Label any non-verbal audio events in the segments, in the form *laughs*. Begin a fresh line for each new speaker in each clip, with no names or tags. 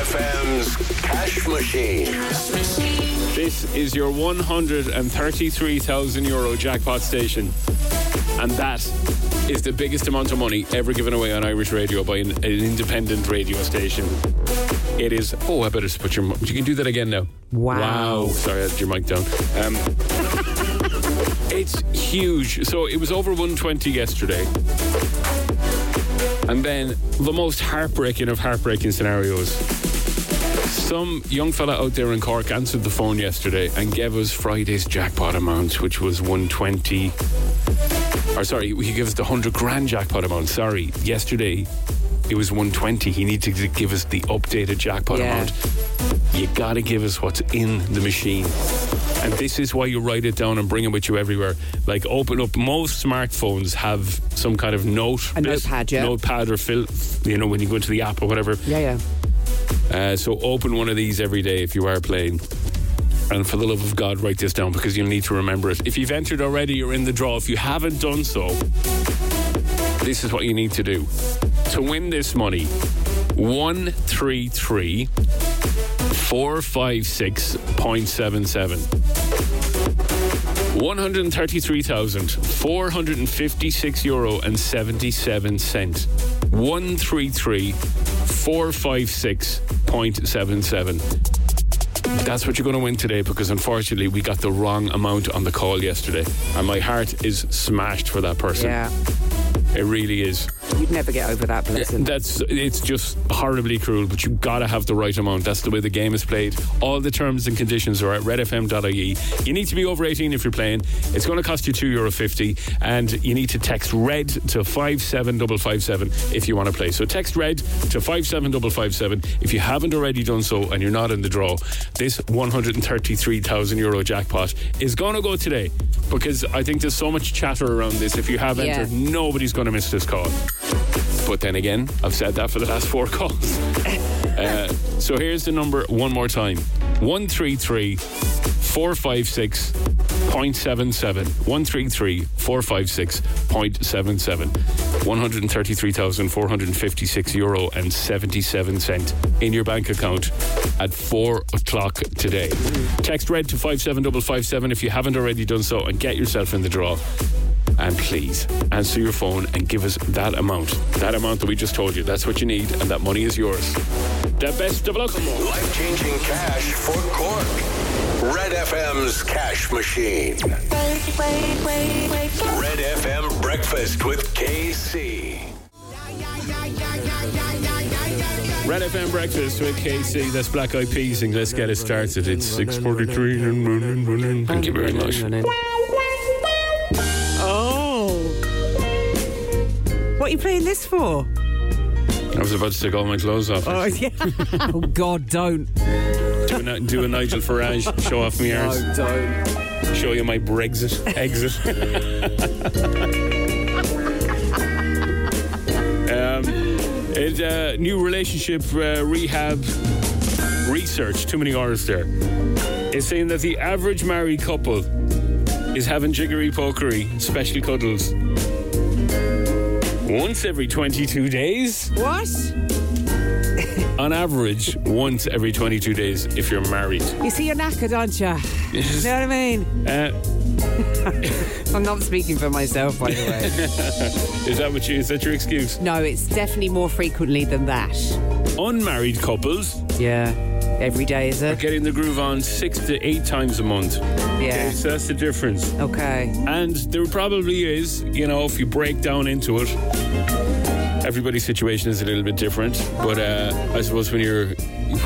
Ireland's cash machine.
This is your 133,000 euro jackpot station. And that is the biggest amount of money ever given away on Irish radio by an, an independent radio station. It is. Oh, I better put your. mi- You can do that again now.
Wow.
Wow. Sorry, I had your mic down. Um, *laughs* it's huge. So it was over 120 yesterday. And then the most heartbreaking of heartbreaking scenarios. Some young fella out there in Cork answered the phone yesterday and gave us Friday's jackpot amount, which was 120. Or sorry, he gave us the 100 grand jackpot amount. Sorry, yesterday it was 120. He needed to give us the updated jackpot
Yeah.
amount. You gotta give us what's in the machine. And this is why you write it down and bring it with you everywhere. Like open up most smartphones have some kind of note.
A notepad, yeah.
Notepad or fill you know, when you go into the app or whatever.
Yeah, yeah.
Uh, so open one of these every day if you are playing. And for the love of God, write this down because you'll need to remember it. If you've entered already, you're in the draw. If you haven't done so, this is what you need to do. To win this money, 133 456.77. 133,456 euro and 77 cent. 133 456.77. That's what you're going to win today because unfortunately we got the wrong amount on the call yesterday. And my heart is smashed for that person.
Yeah.
It really is.
You'd never get over that blessing.
That's it's just horribly cruel, but you've got to have the right amount. That's the way the game is played. All the terms and conditions are at redfm.ie. You need to be over 18 if you're playing. It's going to cost you €2.50, and you need to text red to 57557 if you want to play. So text red to 57557 if you haven't already done so and you're not in the draw. This €133,000 Euro jackpot is going to go today because I think there's so much chatter around this. If you have
Yeah.
entered, nobody's going to miss this call. But then again, I've said that for the last four *laughs* calls. uh, so here's the number one more time 133 456 133 456 133,456 euro and 77 cent in your bank account at four o'clock today. Text red to 57557 if you haven't already done so and get yourself in the draw and please answer your phone and give us that amount. That amount that we just told you. That's what you need, and that money is yours. The best of luck.
Life changing cash for Cork. Red FM's cash machine.
Wait, wait, wait, wait.
Red FM breakfast with KC.
Red FM breakfast with KC. That's Black Eyed Peas, and let's get it started. It's six forty-three. Thank you very much.
Oh. What are you playing this for?
I
*laughs*
was about to take all my clothes off.
Oh, yeah. oh God, don't.
Do, a, Ni- do a Nigel Farage. Show off my arse.
don't.
Show you my Brexit exit. um, it's uh, new relationship uh, rehab research. Too many R's there. Is saying that the average married couple is having jiggery pokery, special cuddles, once every 22 days.
What?
On average, once every 22 days if you're married.
You see, you're knackered, aren't you? You know what I mean?
Uh,
I'm not speaking for myself, by the *laughs* way.
is that what you? Is that your excuse?
no, it's definitely more frequently than that.
Unmarried couples.
Yeah. Every day, is it?
getting the groove on six to eight times a month.
Yeah.
So that's the difference.
Okay.
And there probably is, you know, if you break down into it, everybody's situation is a little bit different. But uh, I suppose when you're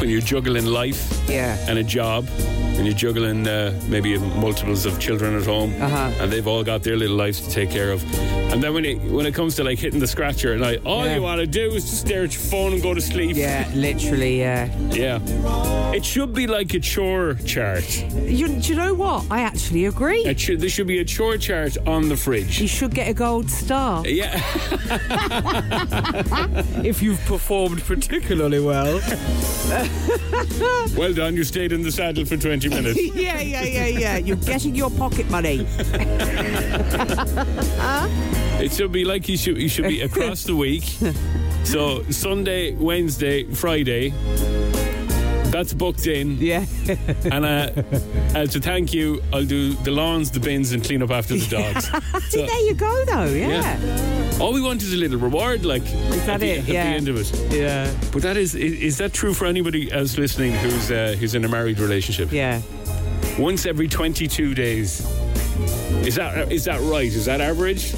when you're juggling life
Yeah.
and a job, and you're juggling uh, maybe multiples of children at home,
Uh-huh.
and they've all got their little lives to take care of, and then when it when it comes to like hitting the scratcher at night, all
Yeah.
you want to do is just stare at your phone and go to sleep.
Yeah, literally, yeah.
yeah. It should be like a chore chart.
You, do you know what? I actually agree.
It should, there should be a chore chart on the
You
fridge.
should get a gold star
Yeah,
if you've performed particularly well.
*laughs* well done. You stayed in the saddle for 20 minutes.
*laughs* yeah, yeah, yeah, yeah. You're getting your pocket money.
*laughs* It should be like you should, you should be *laughs* across the week. So Sunday, Wednesday, Friday, That's booked in.
*laughs* Yeah.
And uh, uh, to thank you, I'll do the lawns, the bins, and clean up after *laughs* the dogs. So-
there you go, though. Yeah.
All we want is a little reward, like
Is
at,
that
the,
it?
at
Yeah.
the end of it.
Yeah. Yeah.
But that is, i- is that true for anybody else listening who's uh, who's in a married relationship? Once every 22 days. Is that is that right? Is that average?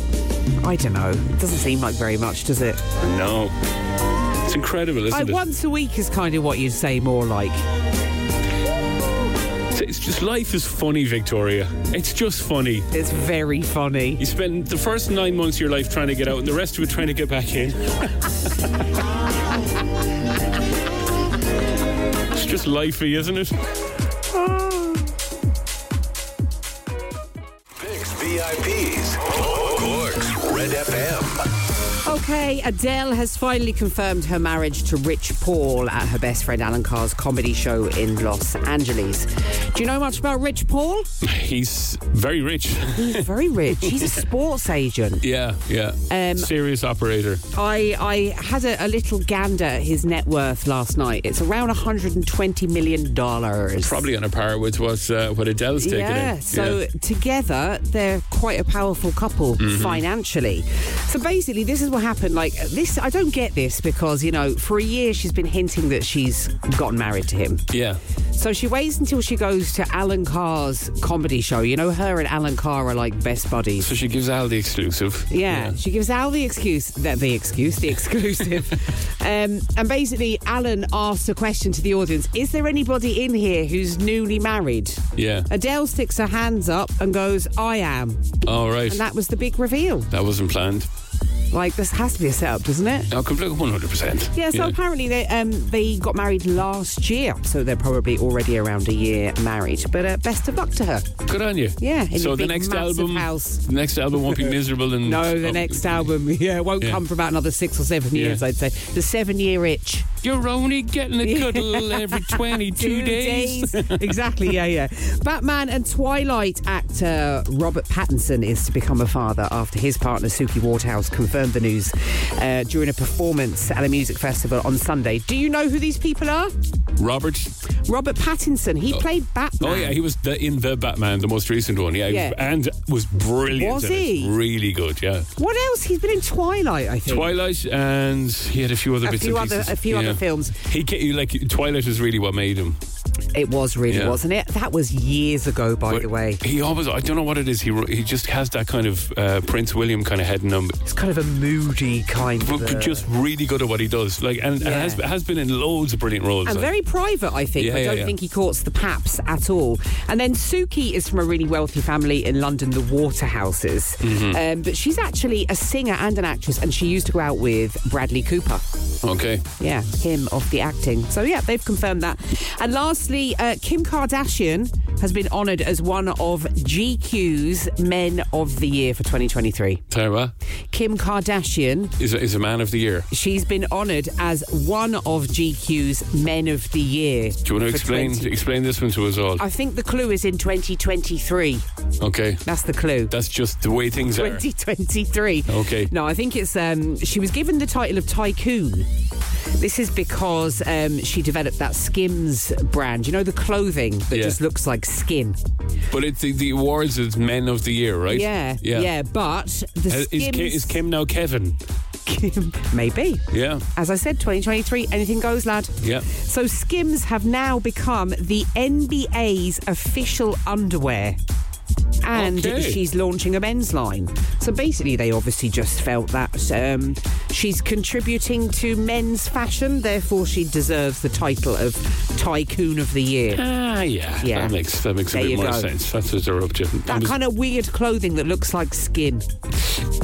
I don't know. It doesn't seem like very much, does it?
No. It's incredible,
I,
isn't it?
once a week is kind of what you'd say more like.
It's- It's just life is funny, Victoria. It's just funny.
It's very funny.
You spend the first nine months of your life trying to get out, and the rest of it trying to get back in. *laughs* it's just lifey, isn't it?
Picks VIPs. Cork's Red FM.
Okay, Adele has finally confirmed her marriage to Rich Paul at her best friend Alan Carr's comedy show in Los Angeles. Do you know much about Rich Paul?
He's very rich.
He's very rich. *laughs* He's a sports agent.
Yeah, yeah.
Um,
Serious operator.
I, I had a, a little gander at his net worth last night. It's around $120 million.
Probably on a par with what, uh, what Adele's taking
Yeah,
in.
so together they're quite a powerful couple
Mm-hmm.
financially. So basically, this is what happened. Like this, I don't get this because you know, for a year she's been hinting that she's gotten married to him.
Yeah.
So she waits until she goes to Alan Carr's comedy show. You know, her and Alan Carr are like best buddies.
So she gives Al the exclusive.
Yeah, she gives Al the excuse that the excuse, the *laughs* exclusive, um, and basically Alan asks a question to the audience: Is there anybody in here who's newly married?
Yeah.
Adele sticks her hands up and goes, "I am,"
All right.
and
That-,
that was the big reveal.
wasn't planned.
Like this has to be a setup, doesn't it?
No, completely 100%.
Yeah, so apparently they um, they got married last year, so they're probably already around a year married. But uh, best of luck to her.
Good on you.
Yeah, in
So
your
the
big,
next
massive
album,
house.
the next album
*laughs*
won't be miserable and
No, the
oh,
next album, *laughs* yeah, it won't
Yeah.
come for about another six or seven
Yeah.
years, I'd say. The seven-year itch.
You're only getting a
*laughs*
cuddle every 22 days.
exactly, yeah, yeah. Batman and Twilight actor Robert Pattinson is to become a father after his partner Suki Waterhouse confirmed the news uh, during a performance at a music festival on Sunday. Do you know who these people are?
Robert.
Robert Pattinson. He played Batman.
Oh yeah, he was the, in the Batman, the most recent one. Yeah, he was-
Yeah.
and was brilliant.
Was
in it.
he?
Really good. Yeah.
What else? He's been in Twilight, I think.
Twilight, and he had a few other
A
bits
few
and
other-
pieces.
a few other films.
He ca- he, like Twilight is really what made him.
It was really,
Yeah.
wasn't it? That was years ago, by the way.
he always I don't know what it is. He ro- he just has that kind of uh, Prince William kind of head in him,
It's kind of a moody kind
but,
of.
but
uh,
just really good at what he does. Like and, and
Yeah.
has has been in loads of brilliant roles.
And
like.
very private, I think.
Yeah,
I
yeah,
don't
yeah.
think he courts the paps at all. And then Suki is from a really wealthy family in London, the Waterhouses.
Mm-hmm.
Um, but she's actually a singer and an actress, and she used to go out with Bradley Cooper.
okay.
Yeah, him off the acting. So, yeah, they've confirmed that. And lastly, uh, Kim Kardashian has been honoured as one of GQ's Men of the Year for 2023.
Tara
Kim Kardashian
is is a man of the year.
She's been honoured as one of GQ's Men of the Year.
Do you want to
for Uh,
explain
20
explain this one to us all?
I think the clue is in 2023.
Okay.
That's the clue.
That's just the way things are.
2023.
Okay.
No, I think it's. Um, she was given the title of tycoon. This is because um, she developed that Skims brand. You know the clothing that
Yeah.
just looks like skin.
But it's the, the awards is Men of the Year, right?
Yeah,
Yeah.
But the
Uh, Is, Kim,
Skims
is Kim now Kevin?
Kim *laughs* maybe.
Yeah.
As I said, 2023, anything goes, lad.
Yeah.
So Skims have now become the NBA's official underwear. And
Okay.
she's launching a men's line. So basically, they obviously just felt that um, she's contributing to men's fashion, therefore, she deserves the title of Tycoon of the Year.
Ah, yeah.
Yeah.
That makes that makes
There
a bit
you
more
go.
sense. That's what they're up to.
That
And was-
kind of weird clothing that looks like skin.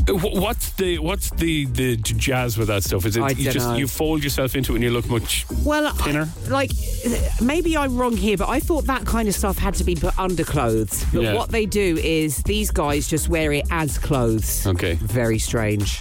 wh- what's the what's the, the j- jazz with that stuff? Is it
I
you
dunno.
just you fold yourself into it and you look much?
Well, I-
Thinner?
like maybe I'm wrong here, but I thought that kind of stuff had to be put under clothes. But
Yeah.
what they do is these guys just wear it as clothes.
Okay.
Very strange.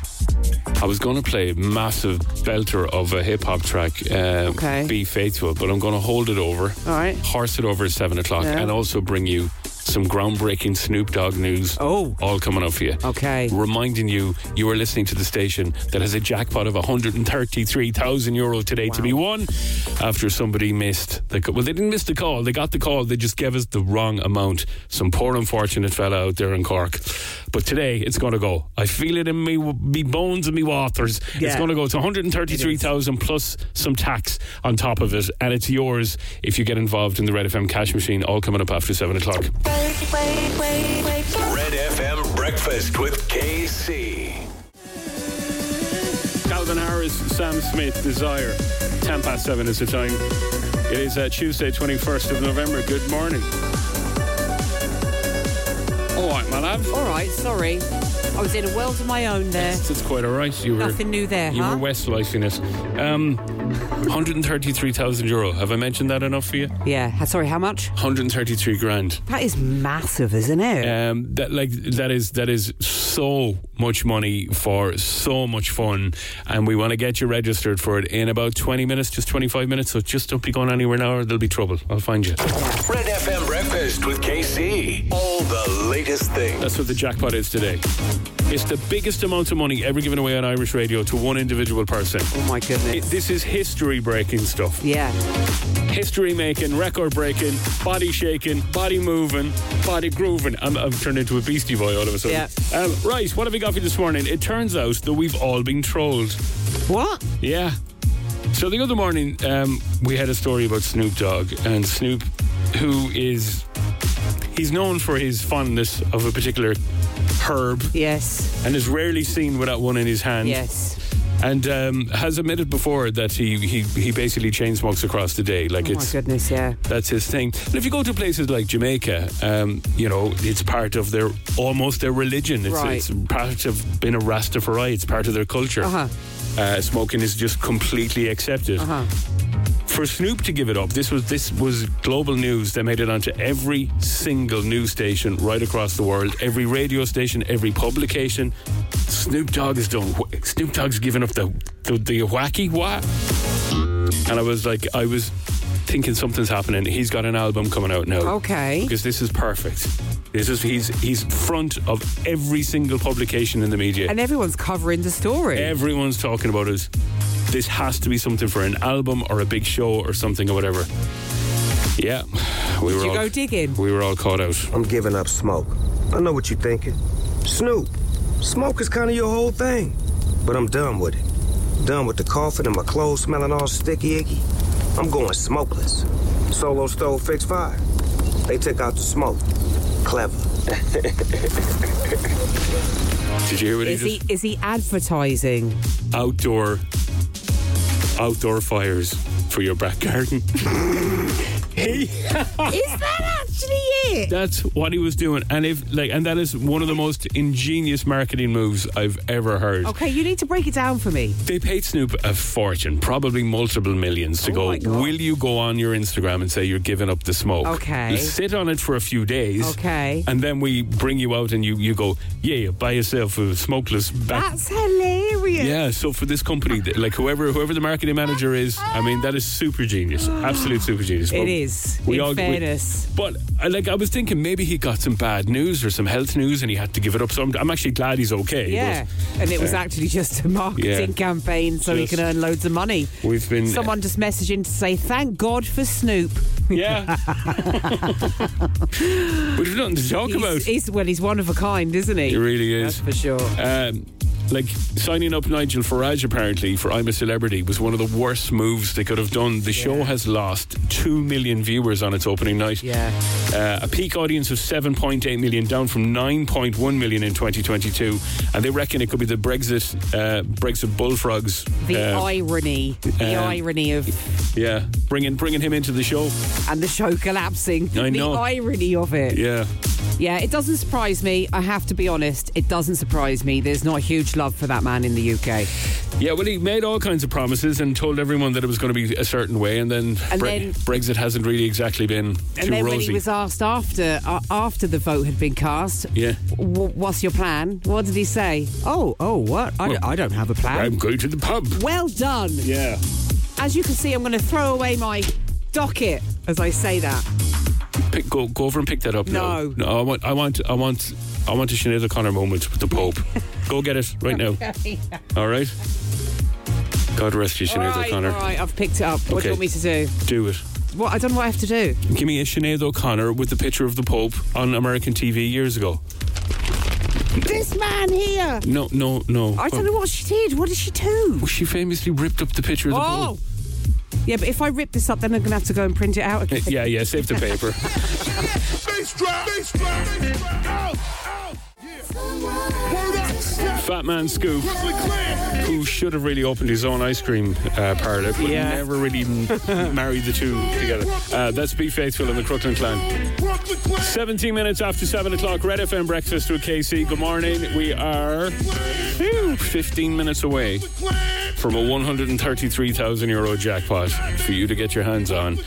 I was going to play a massive belter of a hip hop track, um,
Okay.
Be Faithful, but I'm going to hold it over,
All right.
horse it over at seven o'clock,
Yeah.
and also bring you some groundbreaking Snoop Dogg news.
Oh.
All coming up for you.
Okay.
Reminding you, you are listening to the station that has a jackpot of 133,000 euro today to be won after somebody missed the call. Well, they didn't miss the call. They got the call. They just gave us the wrong amount. Some poor unfortunate fella out there in Cork. But today, it's going to go. I feel it in me, me bones and me waters. It's
Yeah.
going to go to 133,000 plus some tax on top of it. And it's yours if you get involved in the Red FM cash machine, all coming up after 7 o'clock.
wait, wait, wait, wait.
Red FM Breakfast with KC.
Calvin Harris, Sam Smith, Desire. 10 past 7 is the time. It is uh, Tuesday, 21st of November. Good morning. All right, my lad.
All right, sorry. I was in a world of my own there.
It's, it's quite all right. You were,
Nothing new there,
You
huh?
were West in it. Um, 133,000 euro. Have I mentioned that enough for you?
Yeah. Ha- Sorry, how much?
133 grand.
That is massive, isn't it?
Um, that like that is that is so much money for so much fun, and we want to get you registered for it in about twenty minutes, just twenty five minutes. So just don't be going anywhere now, or there'll be trouble. I'll find you.
Red FM Breakfast with KC. All the latest things.
That's what the jackpot is today. It's the biggest amount of money ever given away on Irish radio to one individual person.
Oh my goodness.
It, this is history breaking stuff.
yeah.
History making, record breaking, body shaking, body moving, body grooving. I'm, I've turned into a beastie boy all of a sudden.
Yeah.
Um, right, what have we got for you this morning? It turns out that we've all been trolled.
What?
Yeah. So the other morning, um, we had a story about Snoop Dogg and Snoop, who is. He's known for his fondness of a particular herb
Yes.
and is rarely seen without one in his hand
Yes.
and um, has admitted before that he, he, he basically chain smokes across the day. Like
Oh my
it's
goodness. Yeah.
that's his thing. And if you go to places like Jamaica, um, you know it's part of their almost their religion. It's,
Right.
it's part of being a Rastafari. It's part of their culture.
Uh-huh.
Uh, smoking is just completely accepted.
Huh.
For Snoop to give it up, this was this was global news. They made it onto every single news station right across the world, every radio station, every publication. Snoop Dogg has done. wh- Snoop Dogg's given up the the, the wacky what? And I was like, I was thinking something's happening. He's got an album coming out now.
Okay.
Because this is perfect. This is he's he's front of every single publication in the media.
And everyone's covering the story.
Everyone's talking about it. This has to be something for an album or a big show or something or whatever. Yeah, we were
you
all
go digging?
We were all caught out.
I'm giving up smoke. I know what you're thinking. Snoop, smoke is kind of your whole thing. But I'm done with it. Done with the coughing and my clothes smelling all sticky icky. I'm going smokeless. Solo stove fixed fire. They took out the smoke. Clever.
Did you hear what
Is
he
he
just?
is he advertising?
Outdoor, outdoor fires for your back garden. *laughs*
is that actually it?
That's what he was doing, and if like, and that is one of the most ingenious marketing moves I've ever heard.
Okay, you need to break it down for me.
They paid Snoop a fortune, probably multiple millions, to
Oh my
go.
God.
Will you go on your Instagram and say you're giving up the smoke?
Okay.
You sit on it for a few days.
Okay.
And then we bring you out and you, you go, yeah, buy yourself a smokeless back.
That's hilarious.
yeah, so for this company, th- like whoever whoever the marketing manager is, I mean that is super genius, absolute super genius.
It
But
is. in fairness.
but I, like I was thinking, maybe he got some bad news or some health news, and he had to give it up. So I'm, I'm actually glad he's okay.
yeah.
but-
And it was actually just a marketing
Yeah.
campaign so he
Just-
can earn loads of money.
We've been-
someone just messaging to say thank God for Snoop.
Yeah. *laughs* We've nothing to talk about.
He's, he's well, he's one of a kind, isn't he?
He really
That's
is.
for sure.
Um, like signing up Nigel Farage apparently for I'm a Celebrity was one of the worst moves they could have done. The show has lost two million viewers on its opening night.
Yeah.
Uh, a peak audience of 7.8 million, down from 9.1 million in 2022, and they reckon it could be the Brexit uh, Brexit bullfrogs.
The
uh,
irony, the
um,
irony of,
yeah, bringing bringing him into the show.
and the show collapsing.
I know.
The irony of it.
Yeah,
Yeah, it doesn't surprise me. I have to be honest. It doesn't surprise me. There's not huge love for that man in the UK.
yeah. Well, he made all kinds of promises and told everyone that it was going to be a certain way, and then,
And then-
Brexit hasn't really exactly been too
And then when
rosy.
he was asked after uh, after the vote had been cast,
Yeah.
w- what's your plan? What did he say? Oh, oh, what? I, don't, I don't have a plan.
I'm going to the pub.
well done.
Yeah.
As you can see, I'm going to throw away my docket as I say that.
pick, go go over and pick that up now.
No.
I want I want I want I want a Sinead O'Connor moment with the
*laughs*
Pope. go get it right now. All right. God rest you,
all
Sinead
right, all
O'Connor.
right, I've picked it up. What
Okay.
do you want me to do?
Do it.
What I don't know what I have to do.
Give me a Sinead O'Connor with the picture of the Pope on American TV years ago.
This man here.
No, no, no.
I don't know what she did. What did she do?
Well, She famously ripped up the picture of the Pope.
Oh. Yeah, but if I rip this up, then I'm going to have to go and print it out again.
Yeah, yeah, save the paper. Fat Man Scoop, who should have really opened his own ice cream uh, parlour, but
Yeah.
never really m- married the two together. Uh, that's Be Faithful and the Crooklyn Clan. 17 minutes after 7 o'clock, Red FM Breakfast with KC. Good morning. We are phew, 15 minutes away from a 133,000 euro jackpot for you to get your hands on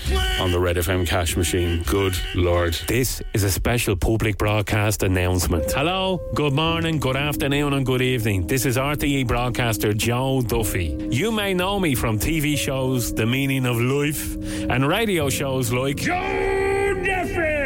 on the Red FM cash machine. Good Lord.
This is a special public broadcast announcement. Hello, good morning, good afternoon, and good evening. This is RTE broadcaster Joe Duffy. You may know me from TV shows The Meaning of Life and radio shows like Joe Duffy.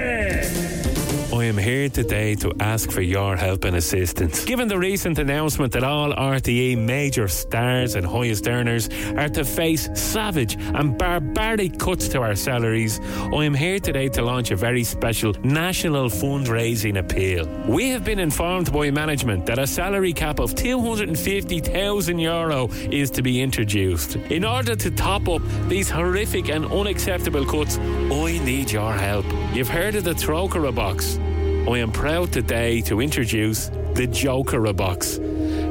I am here today to ask for your help and assistance. Given the recent announcement that all RTE major stars and highest earners are to face savage and barbaric cuts to our salaries, I am here today to launch a very special national fundraising appeal. We have been informed by management that a salary cap of 250,000 euro is to be introduced. In order to top up these horrific and unacceptable cuts, I need your help. You've heard of the Trocera box. I am proud today to introduce the Joker Box.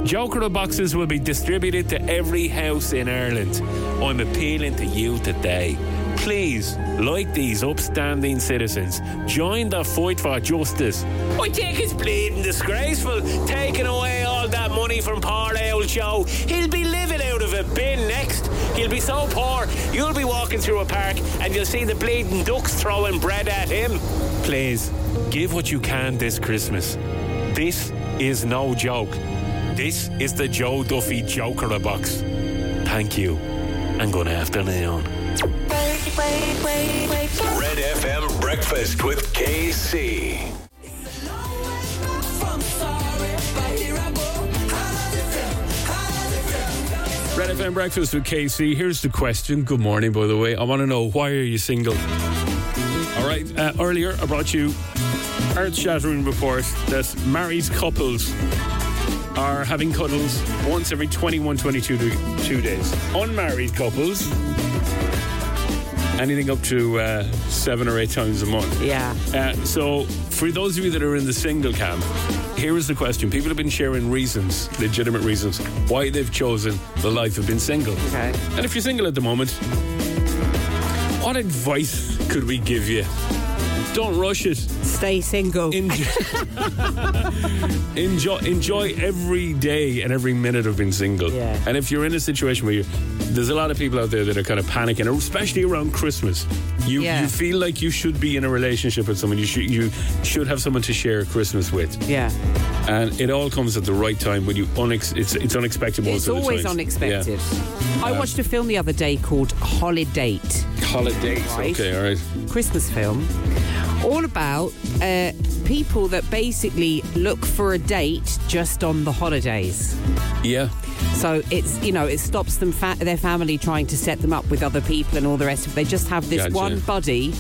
Joker boxes will be distributed to every house in Ireland. I'm appealing to you today. Please, like these upstanding citizens, join the fight for justice. I think it's bleeding disgraceful taking away all that money from poor old Joe. He'll be living out of a bin next. He'll be so poor, you'll be walking through a park and you'll see the bleeding ducks throwing bread at him. Please, Give what you can this Christmas. This is no joke. This is the Joe Duffy Joker box. Thank you, and good afternoon.
wake, wake, wake, wake up.
Red FM Breakfast with KC.
Red FM Breakfast with KC. Here's the question. Good morning, by the way. I want to know why are you single? All right. Uh, earlier, I brought you earth-shattering report that married couples are having cuddles once every 21, 22 d- two days. Unmarried couples, anything up to uh, seven or eight times a month.
Yeah.
Uh, so, for those of you that are in the single camp, here is the question. People have been sharing reasons, legitimate reasons, why they've chosen the life of being single.
Okay.
And if you're single at the moment, what advice could we give you? Don't rush it.
Stay single.
Enjoy, *laughs* enjoy, enjoy every day and every minute of being single.
Yeah.
And if you're in a situation where you there's a lot of people out there that are kind of panicking, especially around Christmas. You
Yeah.
you feel like you should be in a relationship with someone. You should you should have someone to share Christmas with.
yeah.
And it all comes at the right time when you unex- it's it's unexpected. Most
It's
of the
always
times.
unexpected.
Yeah. Um,
I watched a film the other day called Holiday.
Holidays.
Right.
Okay. All right.
Christmas film, all about uh, people that basically look for a date just on the holidays.
Yeah.
So it's you know it stops them fa- their family trying to set them up with other people and all the rest of it. They just have this
Gotcha.
one buddy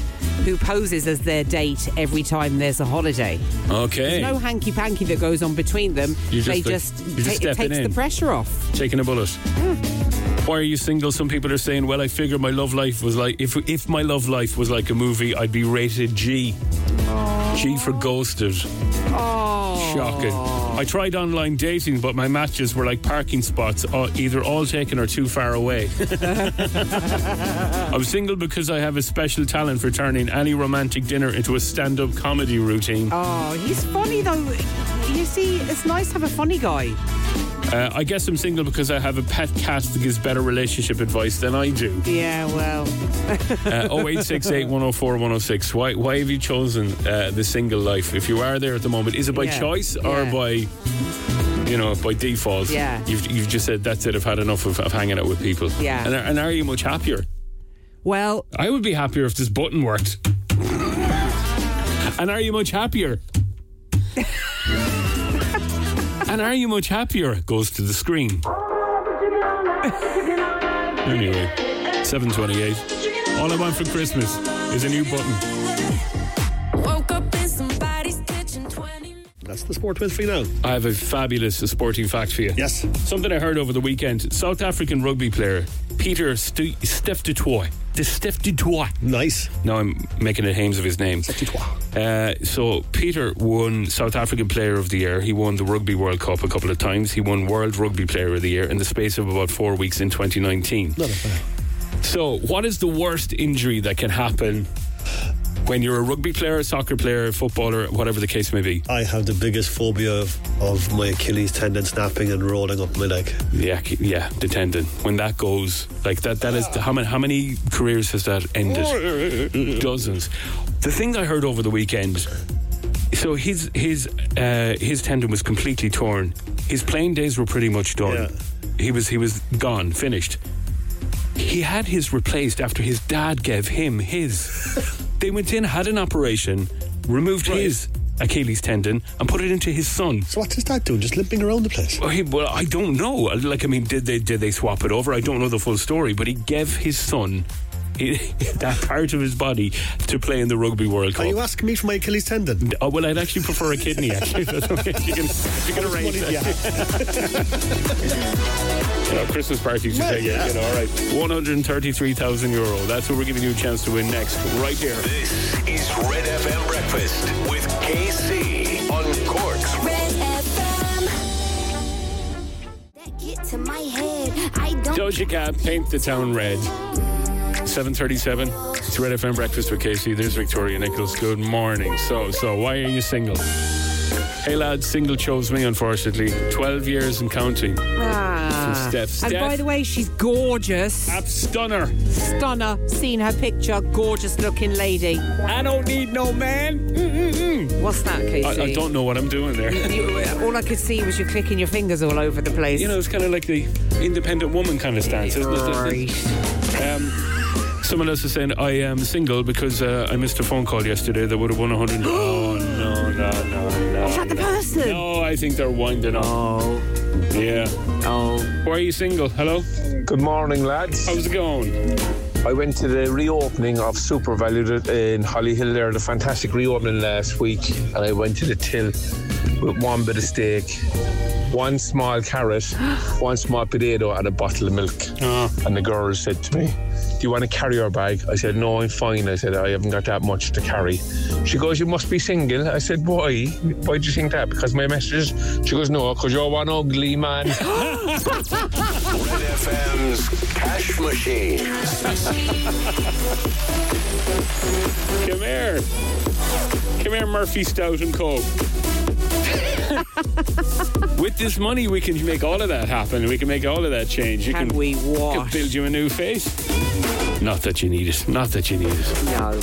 who poses as their date every time there's a holiday.
Okay.
No hanky panky that goes on between them.
You just
they
like-
just,
you just
ta- it
stepping
takes
in.
the pressure off.
taking a bullet. Why are you single? Some people are saying, "Well, I figure my love life was like if if my love life was like a movie, I'd be rated G." G for ghosted. Shocking. I tried online dating, but my matches were like parking spots, uh, either all taken or too far away. I'm single because I have a special talent for turning any romantic dinner into a stand up comedy routine.
Oh, he's funny though. You see, it's nice to have a funny guy.
Uh, I guess I'm single because I have a pet cat that gives better relationship advice than I do.
Yeah, well,
Uh, 0868 104 106. Why, why have you chosen uh, the single life? If you are there at the moment, is it by
Yeah.
choice or
Yeah.
by, you know, by default?
Yeah.
You've, you've just said, that's it, I've had enough of, of hanging out with people.
Yeah.
And are, and are you much happier?
well,
I would be happier if this button worked. And are you much happier? and are you much happier? Goes to the screen. anyway, 728. All I want for Christmas is a new button.
Woke up in somebody's kitchen 20
That's the sport with for you now.
I have a fabulous sporting fact for you.
Yes.
Something I heard over the weekend South African rugby player Peter Stu- Steph Dutoit. De Steph Dutoit.
Nice.
Now I'm making a hames of his name. Uh, so Peter won South African Player of the Year. He won the Rugby World Cup a couple of times. He won World Rugby Player of the Year in the space of about four weeks in 2019.
Not a bad.
So, what is the worst injury that can happen when you're a rugby player, soccer player, footballer, whatever the case may be?
I have the biggest phobia of, of my Achilles tendon snapping and rolling up my leg.
Yeah, c- yeah, the tendon. When that goes, like that, that is how many how many careers has that ended? Dozens. The thing I heard over the weekend. So his his uh, his tendon was completely torn. His playing days were pretty much done.
Yeah.
He was he was gone, finished. He had his replaced after his dad gave him his. they went in, had an operation, removed his Achilles tendon, and put it into his son.
So what does that do? Just limping around the place?
Well, he- well, I don't know. Like, I mean, did they did they swap it over? I don't know the full story, but he gave his son *laughs* he, that part of his body to play in the Rugby World
Are
Cup.
Oh, you asking me for my Achilles tendon?
oh, well, I'd actually prefer a kidney. Actually, *laughs* if you can, if you can arrange that. You know, Christmas party to say, yeah, you know, all right. 133,000 euro. That's what we're giving you a chance to win next, right here.
This is Red FM Breakfast with KC on Cork's
Red FM. That get to my head. I don't.
Doja Cat, paint the town red. 737. It's Red FM Breakfast with Casey. There's Victoria Nichols. Good morning. So, so, why are you single? Hey lad, single chose me, unfortunately. 12 years and counting.
Ah.
Steph.
And by
Steph. Ah.
the way, she's gorgeous.
Ab stunner.
Stunner. Seen her picture. Gorgeous looking lady.
I don't need no man.
What's that, Casey?
I, I don't know what I'm doing there.
You- uh, all I could see was you clicking your fingers all over the place.
You know, it's kind of like the independent woman kind of stance, isn't it? Um, someone else is saying I am single because uh, I missed a phone call yesterday that would have won 100.
*gasps*
oh no, no, no, no! Is
that the
no.
person?
No, I think they're winding up. Oh, yeah.
Oh.
Why are you single? Hello,
Good morning, lads.
how's it going?
I went to the reopening of Super Value in Hollyhill there, the fantastic reopening last week, and I went to the till with one bit of steak, one small
*gasps*
carrot, one small potato, and a bottle of milk. And the girl said to me, Do you want a carrier bag? I said, No, I'm fine. I said, I haven't got that much to carry. She goes, You must be single. I said, Why? Why do you think that? Because my messages? She goes, No, because you're one ugly man.
Red FM's Cash Machine.
Come here, come here, Murphy Stout and
*laughs*
Co. With this money, we can make all of that happen. We can make all of that change. You
Can we
I could
wash?
build you a new face. Not that you need it. Not that you need it.
No.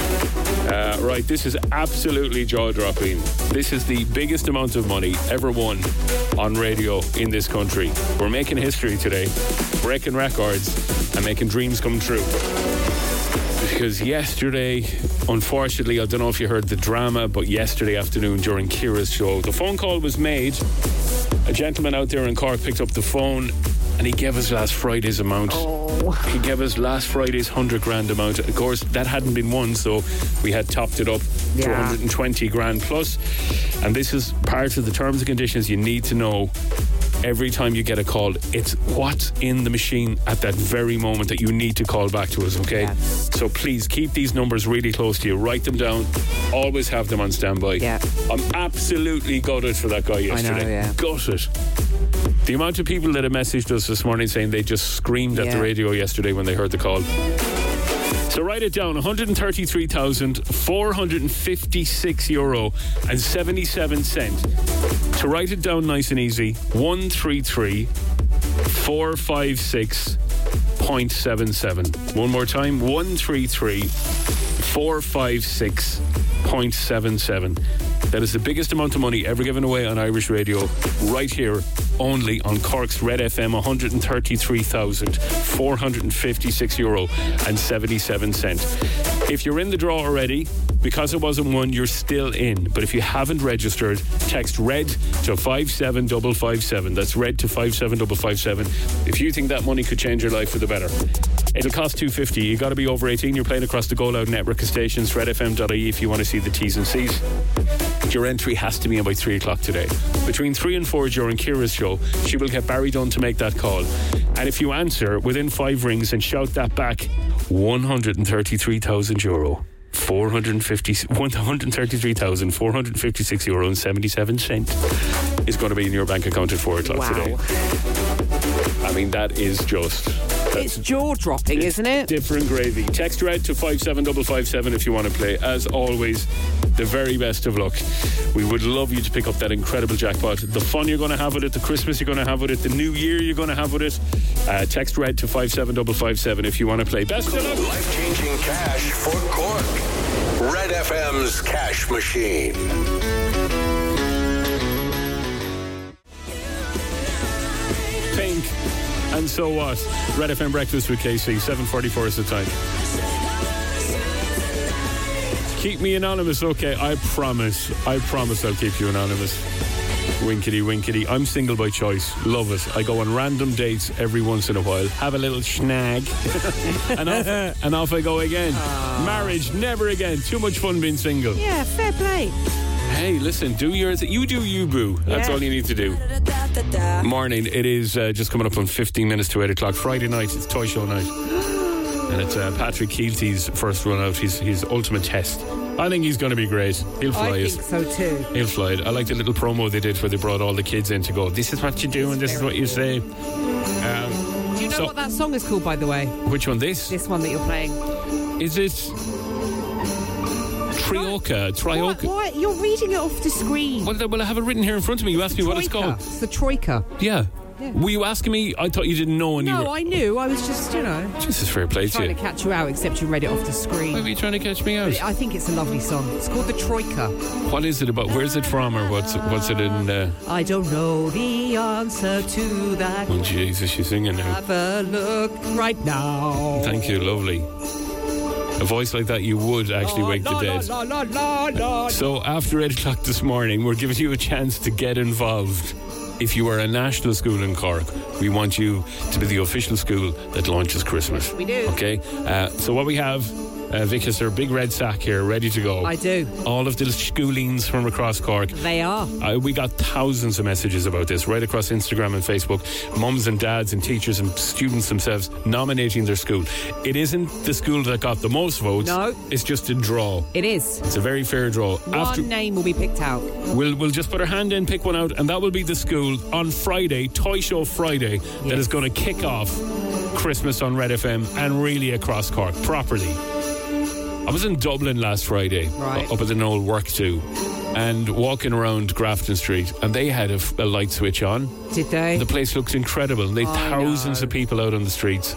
Uh, right, this is absolutely jaw dropping. This is the biggest amount of money ever won on radio in this country. We're making history today, breaking records, and making dreams come true. Because yesterday, unfortunately, I don't know if you heard the drama, but yesterday afternoon during Kira's show, the phone call was made. A gentleman out there in Cork picked up the phone and he gave us last Friday's amount. He gave us last Friday's 100 grand amount. Of course, that hadn't been won, so we had topped it up to
Yeah.
120 grand plus. And this is part of the terms and conditions you need to know every time you get a call. It's what's in the machine at that very moment that you need to call back to us, okay?
Yeah.
So please keep these numbers really close to you. Write them down. Always have them on standby.
Yeah.
I'm absolutely gutted for that guy
I know,
yesterday.
yeah.
Gutted. The amount of people that have messaged us this morning saying they just screamed at the
Yeah.
radio yesterday when they heard the call. So write it down: 133,456 euro and 77 cent. To write it down nice and easy: 133,456.77. One more time: 133,456.77. That is the biggest amount of money ever given away on Irish radio, right here only on Cork's Red FM 133,456 euro and 77 cent. If you're in the draw already, because it wasn't won, you're still in. But if you haven't registered, text red to 57557. That's red to 57557. If you think that money could change your life for the better. It'll cost 250. You got to be over 18. You're playing across the Go Loud network of stations, redfm.ie E, if you want to see the T's and C's. Your entry has to be in by 3 o'clock today. Between 3 and 4 during Kira's show, she will get Barry Dunn to make that call. And if you answer within five rings and shout that back, 133,000 euro. 450 133,456 euro and 77 cent is going to be in your bank account at 4 o'clock
Wow.
today. I mean, that is just
It's jaw dropping, isn't it?
different gravy. Text red to 57557 if you want to play. As always, the very best of luck. We would love you to pick up that incredible jackpot. The fun you're going to have with it, the Christmas you're going to have with it, the new year you're going to have with it. Uh, text red to 57557 if you want to play. Best of luck.
Life changing cash for Cork. Red FM's Cash Machine.
Pink. And so what? Red FM Breakfast with KC, 7.44 is the time. Keep me anonymous, okay? I promise. I promise I'll keep you anonymous. Winkety winkety. I'm single by choice. Love it. I go on random dates every once in a while. Have a little snag. *laughs* and, off, and off I go again. Marriage, never again. Too much fun being single.
Yeah, fair play.
Hey, listen, do your th- you do you boo. That's
Yeah.
all you need to do. Morning. It is uh, just coming up on 15 minutes to 8 o'clock. Friday night, it's Toy Show night. And it's uh, Patrick Keelty's first run out, his, his ultimate test. I think he's going to be great. He'll fly
I
it.
think so too.
He'll fly it. I like the little promo they did where they brought all the kids in to go, this is what you do and this is what you say. Um,
Do you know
So-
what that song is called, by the way?
which one? This?
This one that you're playing.
Is it Trioca?
Why,
Trioca?
why- You're reading it off the screen.
Well, well, I have it written here in front of me. You asked me what it's
Troika.
called.
It's the Troika.
Yeah.
Yeah.
Were you asking me? I thought you didn't know and you
No,
were.
I knew. I was just, you know,
This is fair play to
trying
you.
to catch you out, except you read it off the
Why
screen.
were you trying to catch me out?
I think it's a lovely song. It's called the Troika.
What is it about? Where's it from or what's what's it in? Uh...
I don't know the answer to that.
Oh, Jesus, you're singing now.
Have a look right now.
Thank you, lovely. A voice like that, you would actually wake the
La,
dead.
la, la, la, la, la.
So after 8 o'clock this morning, we're giving you a chance to get involved. If you are a national school in Cork, we want you to be the official school that launches Christmas.
we do.
Okay? Uh, so what we have, uh, Vic has her big red sack here ready to go.
I do.
All of the schoolings from across Cork.
They are.
Uh, we got thousands of messages about this right across Instagram and Facebook. Mums and dads and teachers and students themselves nominating their school. It isn't the school that got the most votes.
No.
It's just a draw.
It is.
It's a very fair draw. After
One name will be picked out.
we'll we'll just put our hand in, pick one out, and that will be the school on Friday, Toy Show Friday, that is going to kick off Christmas on Red FM and really across Cork properly. I was in Dublin last Friday,
Right.
u- up at the Knoll Work too, and walking around Grafton Street, and they had a, f- a light switch on.
Did
Eh?
they?
The place looks incredible. They had
I
thousands
know.
of people out on the streets.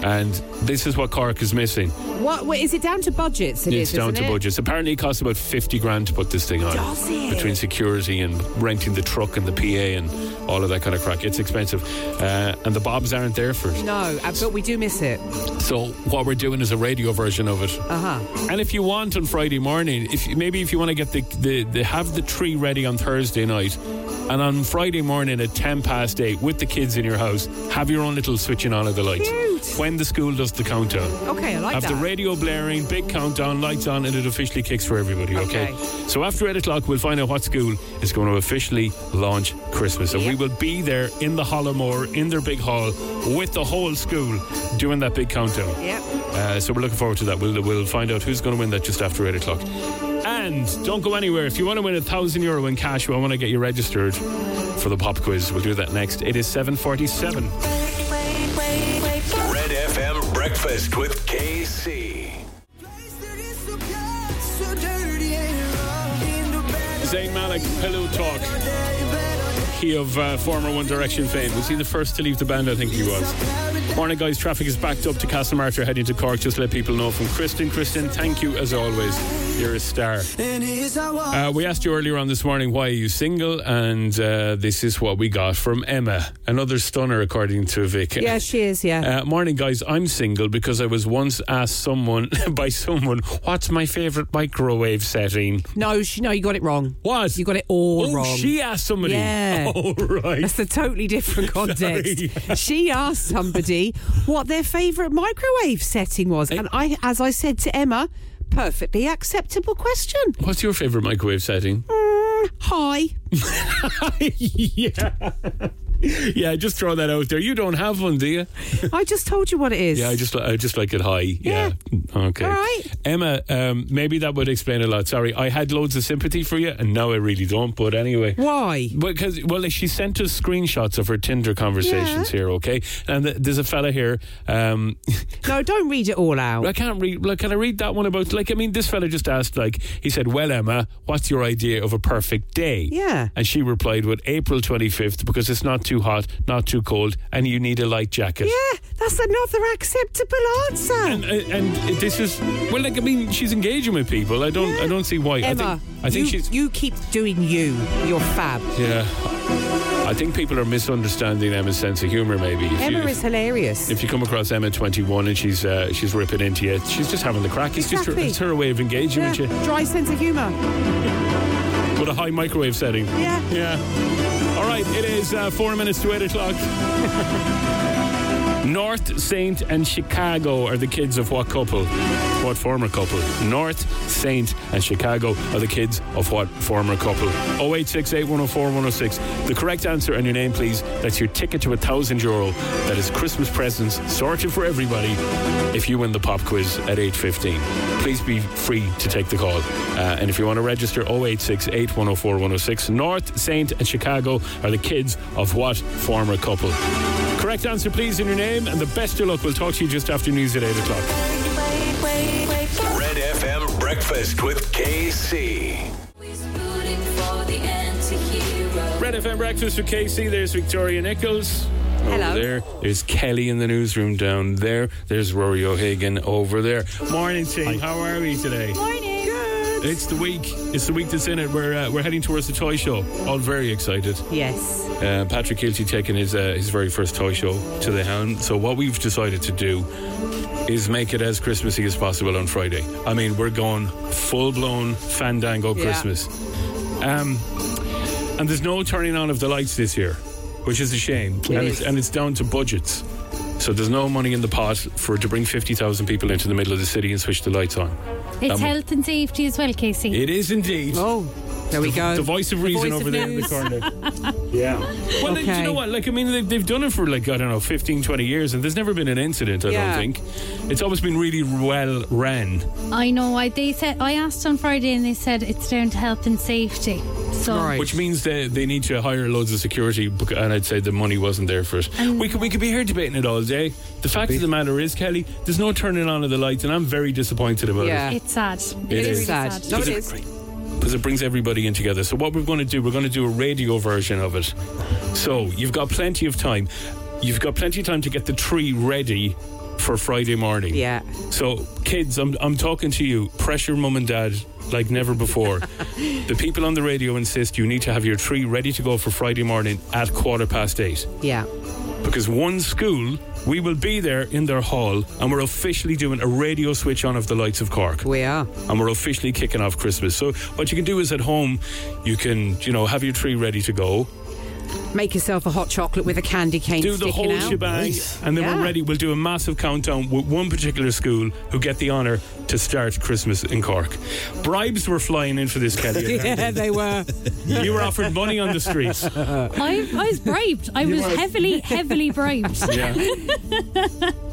And this is what Cork is missing.
What? Wait, is it down to budgets? It
it's
is,
down
isn't
to
it?
budgets. Apparently, it costs about fifty grand to put this thing on.
Does it?
Between security and renting the truck and the PA and all of that kind of crack, it's expensive. Uh, and the bobs aren't there for it.
No, uh, but we do miss it.
So what we're doing is a radio version of it.
Uh huh.
And if you want on Friday morning, if maybe if you want to get the, the, the have the tree ready on Thursday night, and on Friday morning at ten past eight with the kids in your house, have your own little switching on of the lights
Cute.
when the school does the countdown.
Okay, I like
Have
that.
the radio blaring, big countdown, lights on, and it officially kicks for everybody, okay?
Okay.
So after 8 o'clock, we'll find out what school is going to officially launch Christmas. And we will be there in the Hollamore, in their big hall, with the whole school doing that big countdown.
Yep.
Uh, so we're looking forward to that. We'll, we'll find out who's going to win that just after 8 o'clock. And don't go anywhere. If you want to win a thousand euro in cash, I want to get you registered for the pop quiz. We'll do that next. It is 747.
Red FM Breakfast with KC.
Zayn Malik, Pillow Talk. He of uh, former One Direction fame. Was he the first to leave the band? I think he was. Morning, guys. Traffic is backed up to Castlemartyr heading to Cork. Just let people know from Kristen. Kristen, thank you as always. You're a star. Uh, we asked you earlier on this morning why are you single, and uh, this is what we got from Emma, another stunner according to Vic.
Yeah, she is, yeah.
Uh, morning, guys. I'm single because I was once asked someone *laughs* by someone, "What's my favorite microwave setting?"
no, she, no, you got it wrong.
What?
You got it all
oh,
wrong.
she asked somebody. *laughs*
Yeah.
Oh, right.
That's a totally
*laughs*
different context. She asked somebody what their favourite microwave setting
Eh?
was, and I, as I said to Emma, perfectly acceptable question.
What's your favorite
*laughs*
microwave setting?
Hi.
yeah. Yeah, just throw that out there. You don't have one, do you?
I just told you what it is.
Yeah, I just I just like it high. Yeah. Mm, Okay.
All right.
Emma, um, maybe that would explain a lot. Sorry, I had loads of sympathy for you, and now I really don't. But anyway.
Why?
Because well, she sent us screenshots of her Tinder conversations here, okay? And th- there's a fella here. Um, *laughs*
No, don't read it all out.
I can't read. Like, can I read that one about? Like, I mean, this fella just asked. Like, he said, "Well, Emma, what's your idea of a perfect day?"
Yeah.
And she replied with April 25th because it's not too hot, not too cold, and you need a light jacket.
Yeah, that's another acceptable answer.
And, uh, and this is well, like I mean, she's engaging with people. I don't, I don't see why. I
Emma,
think, I think
you,
she's.
you keep doing you. You're fab.
yeah, I think people are misunderstanding Emma's sense of humor. Maybe if
Emma
you,
is hilarious.
if you come across Emma twenty one and she's uh, she's ripping into you, she's just having the crack. It's just her,
Exactly.
it's her way of engaging
Yeah,
with you.
dry sense of humour.
With a high microwave setting.
Yeah.
Yeah. All right, it is uh, four minutes to eight o'clock. North, Saint, and Chicago are the kids of what couple? What former couple? North, Saint, and Chicago are the kids of what former couple? 0868 104 106. The correct answer and your name, please. That's your ticket to a thousand euro. That is Christmas presents sorted for everybody. If you win the pop quiz at 8:15, please be free to take the call. Uh, and if you want to register, 0868 104 106. North, Saint, and Chicago are the kids of what former couple? Correct answer, please, in your name, and the best of luck. We'll talk to you just after news at 8 o'clock.
Wait, wait, wait.
Red FM Breakfast with KC.
Always rooting for the anti-hero.
Red FM Breakfast with Casey. There's Victoria Nichols.
Hello.
Over there. There's Kelly in the newsroom down there. There's Rory O'Hagan over there. Morning, team. How are we today?
Morning.
It's the week. It's the week that's in it. We're uh, we're heading towards the toy show. All very excited.
Yes.
Uh, Patrick Hilty taking his uh, his very first toy show to the hound. So what we've decided to do is make it as Christmassy as possible on Friday. I mean, we're going full blown fandango Christmas. Um, and there's no turning on of the lights this year, which is a shame. and,
is.
It's, and it's down to budgets. So there's no money in the pot for to bring 50,000 people into the middle of the city and switch the lights on.
It's
Um,
health and safety as well, Casey.
It is indeed.
Oh, there we go.
Uh, The voice of reason
voice
over
of
there in the
news.
*laughs* corner. yeah. Well, like, do you
Okay.
know what? Like, I mean, they've, they've done it for, like, I don't know, 15, 20 years, and there's never been an incident, I
Yeah.
don't think. It's always been really well ran.
I know. I they said I asked on Friday, and they said it's down to health and safety. So
Right.
Which means they, they need to hire loads of security, bec- and I'd say the money wasn't there for it. we, could, we could be here debating it all day. The fact of the matter is, Kelly, there's no turning on of the lights, and I'm very disappointed about it.
Yeah.
it's sad.
It
It's
is.
really
sad. No, it is.
because it brings everybody in together. So what we're going to do, we're going to do a radio version of it. So you've got plenty of time. You've got plenty of time to get the tree ready for Friday morning.
Yeah.
So kids, I'm I'm talking to you. Pressure mum and dad like never before. the people on the radio insist you need to have your tree ready to go for Friday morning at quarter past 8
Yeah.
because one school we will be there in their hall and we're officially doing a radio switch on of the lights of Cork
We are.
and we're officially kicking off Christmas. So what you can do is at home, you can you know have your tree ready to go,
Make yourself a hot chocolate with a candy cane
do the
sticking
whole
out.
*laughs*
shebang, and then we're
Yeah.
ready. We'll do a massive countdown with one particular school who get the honour to start Christmas in Cork. Bribes were flying in for this, Kelly.
*laughs*
yeah, they
*laughs*
were.
You were offered money on the streets.
I, I was bribed. I was heavily, heavily bribed.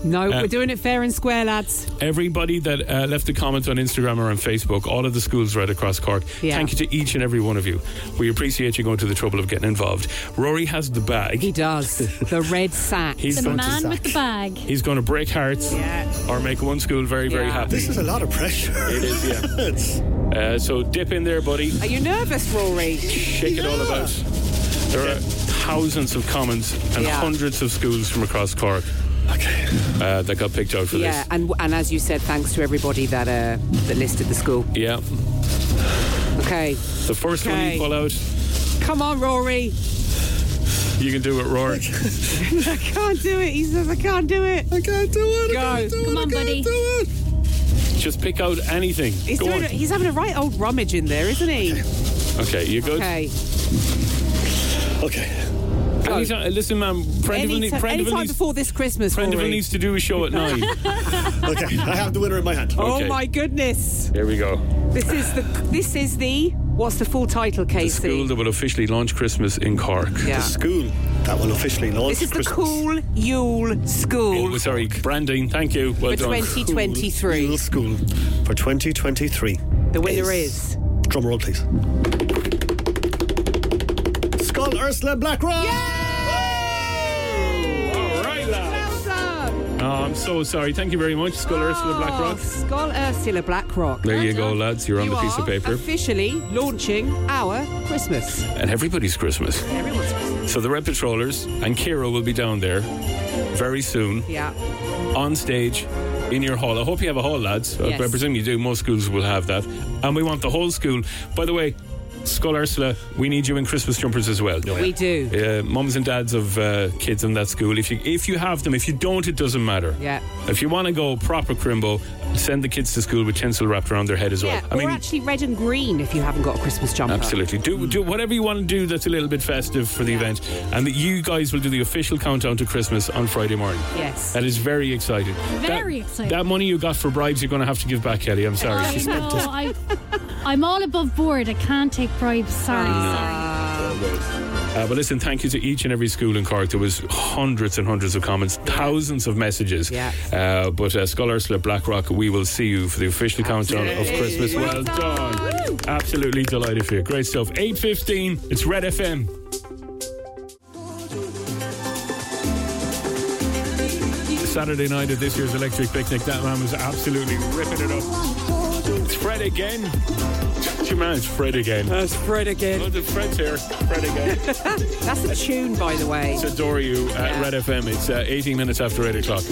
No, we're doing it fair and square, lads.
Everybody that uh, left a comment on Instagram or on Facebook, all of the schools right across Cork,
Yeah.
thank you to each and every one of you. We appreciate you going to the trouble of getting involved. Rory has the bag.
He does. the red
*laughs*
sack.
He's
The
going to
man with the bag.
He's going to break hearts or make one school very, very
Yeah.
happy.
This is a lot of pressure. It
is, yeah. Uh, so dip in there, buddy.
Are you nervous, Rory?
Shake it all about. There are thousands of comments and
Yeah.
hundreds of schools from across Cork uh, that got picked out for
yeah,
this.
and and as you said, thanks to everybody that uh, that listed the school.
Yeah.
Okay,
The first one
Okay.
you pull out,
come on, Rory.
you can do it, Rory.
I can't do it. He says I can't do it. I can't do it. Go.
Come on, buddy.
Just pick out anything.
He's,
Go
doing
on.
a, he's having a right old rummage in there, isn't he?
Okay, you good?
Okay.
Okay.
Anytime, listen, man, Prendeville,
Any
need,
ti-
Prendeville
any time
needs,
before this Christmas,
Prendeville
Rory.
needs to do a
*laughs*
show at nine.
*laughs* Okay. I have the winner in my hand.
Oh
Okay.
my goodness!
Here we go.
This is the this is the what's the full title,
The
Casey?
school that will officially launch Christmas in Cork.
yeah.
School. That will officially launch
This is the
Christmas.
Cool Yule School
Oh, sorry, branding. Thank you. Well
for
done.
2023.
Cool School for 2023.
The winner is.
Drum roll, please. Skull Ursula Blackrock.
All right, lads.
Awesome.
Oh, I'm so sorry. Thank you very much, School Ursula Blackrock.
Oh, Skull Ursula Blackrock.
There you
Well
go,
done.
lads. You're on
you
the piece
are
of paper.
officially launching our Christmas.
and everybody's Christmas.
Everyone's Christmas.
So the Red Patrollers and Kira will be down there very soon
Yeah.
on stage in your hall. I hope you have a hall, lads. I- I
Yes.
presume you do. Most schools will have that. And we want the whole school. By the way, Skull Ursula, we need you in Christmas jumpers as well.
We do.
Uh, mums and dads of uh, kids in that school. If you if you have them, if you don't, it doesn't matter.
Yeah.
If you want to go proper crimbo, send the kids to school with tinsel wrapped around their head as well.
Yeah, or actually red and green if you haven't got a Christmas jumper.
Absolutely. Do do whatever you want to do that's a little bit festive for the event. And that you guys will do the official countdown to Christmas on Friday morning.
Yes.
That is very exciting.
Very
that,
exciting.
That money you got for bribes you're gonna have to give back, Kelly. I'm sorry. *laughs*
I know. I, I'm all above board. I can't take bribes. Sorry, sorry.
Uh, but listen, thank you to each and every school in Cork. There was hundreds and hundreds of comments, thousands of messages.
Yeah.
Uh, but uh, Skull Ursula Blackrock, we will see you for the official countdown of Christmas. Well done. Absolutely delighted for you. Great stuff. 8.15, it's Red FM. Saturday night at this year's Electric Picnic. That man was absolutely ripping it up. It's Fred again. Your man's Fred again.
That's Fred again.
Loads of Fred's here. Fred *laughs* again.
That's a tune, by the way.
to adore you at
Yeah.
Red FM. It's uh, 18 minutes after 8 o'clock.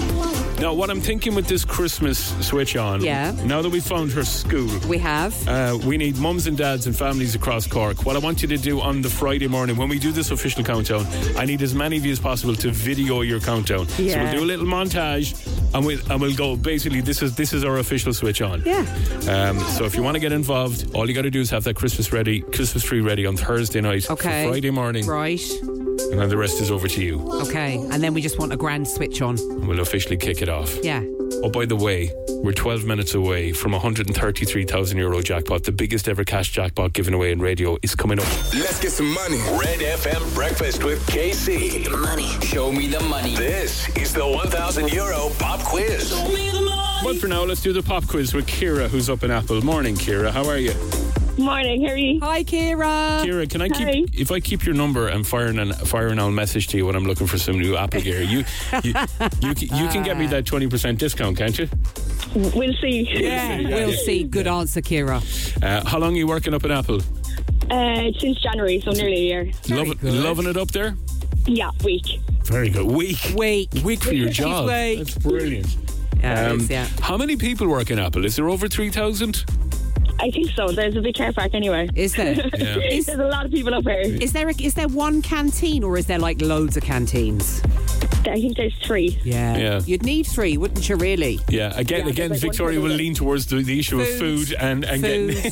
Now, what I'm thinking with this Christmas switch on,
Yeah.
now that we found her school,
We have.
uh, we need mums and dads and families across Cork. What I want you to do on the Friday morning when we do this official countdown, I need as many of you as possible to video your countdown. So
Yeah.
we'll do a little montage and we'll, and we'll go basically this is this is our official switch on.
Yeah.
Um, so if you want to get involved, all you got to do is have that Christmas ready, Christmas tree ready on Thursday night, for
Okay.
Friday morning,
Right.
and then the rest is over to you.
Okay. And then we just want a grand switch on.
and we'll officially kick it off.
Yeah.
Oh, by the way, we're 12 minutes away from a 133,000 euro jackpot. The biggest ever cash jackpot given away in radio is coming up.
Let's get some money. Red FM Breakfast with KC.
Money. Show me the money.
This is the 1000 euro pop quiz.
But for now, let's do the pop quiz with Kira, who's up in Apple. Morning, Kira. How are you?
Morning, how are you?
Hi, Kira.
Kira, can I keep if I keep your number and fire an fire an old message to you when I'm looking for some new Apple gear? You you, you, ca- you can get me that 20% discount, can't you?
We'll see.
Yeah, we'll see. Good answer, Kira.
Uh, how long are you working up in Apple?
Uh, since January, so nearly a year.
Loving
good.
loving it up there.
Yeah, week.
Very good. Week
Week.
week for your job. Um,
weak.
That's brilliant.
Yeah, it
Um,
is, yeah.
How many people work in Apple? Is there over 3,000?
I think so. There's a big car park anyway.
Is there?
*laughs* Yeah.
Is-
There's a lot of people up here.
Is there a, is there one canteen or is there like loads of canteens?
I think there's three.
Yeah.
Yeah.
You'd need three, wouldn't you? Really?
Yeah, again,
Yeah,
again,
but
Victoria
what-
will lean towards the, the issue of
Food.
food and, and getting.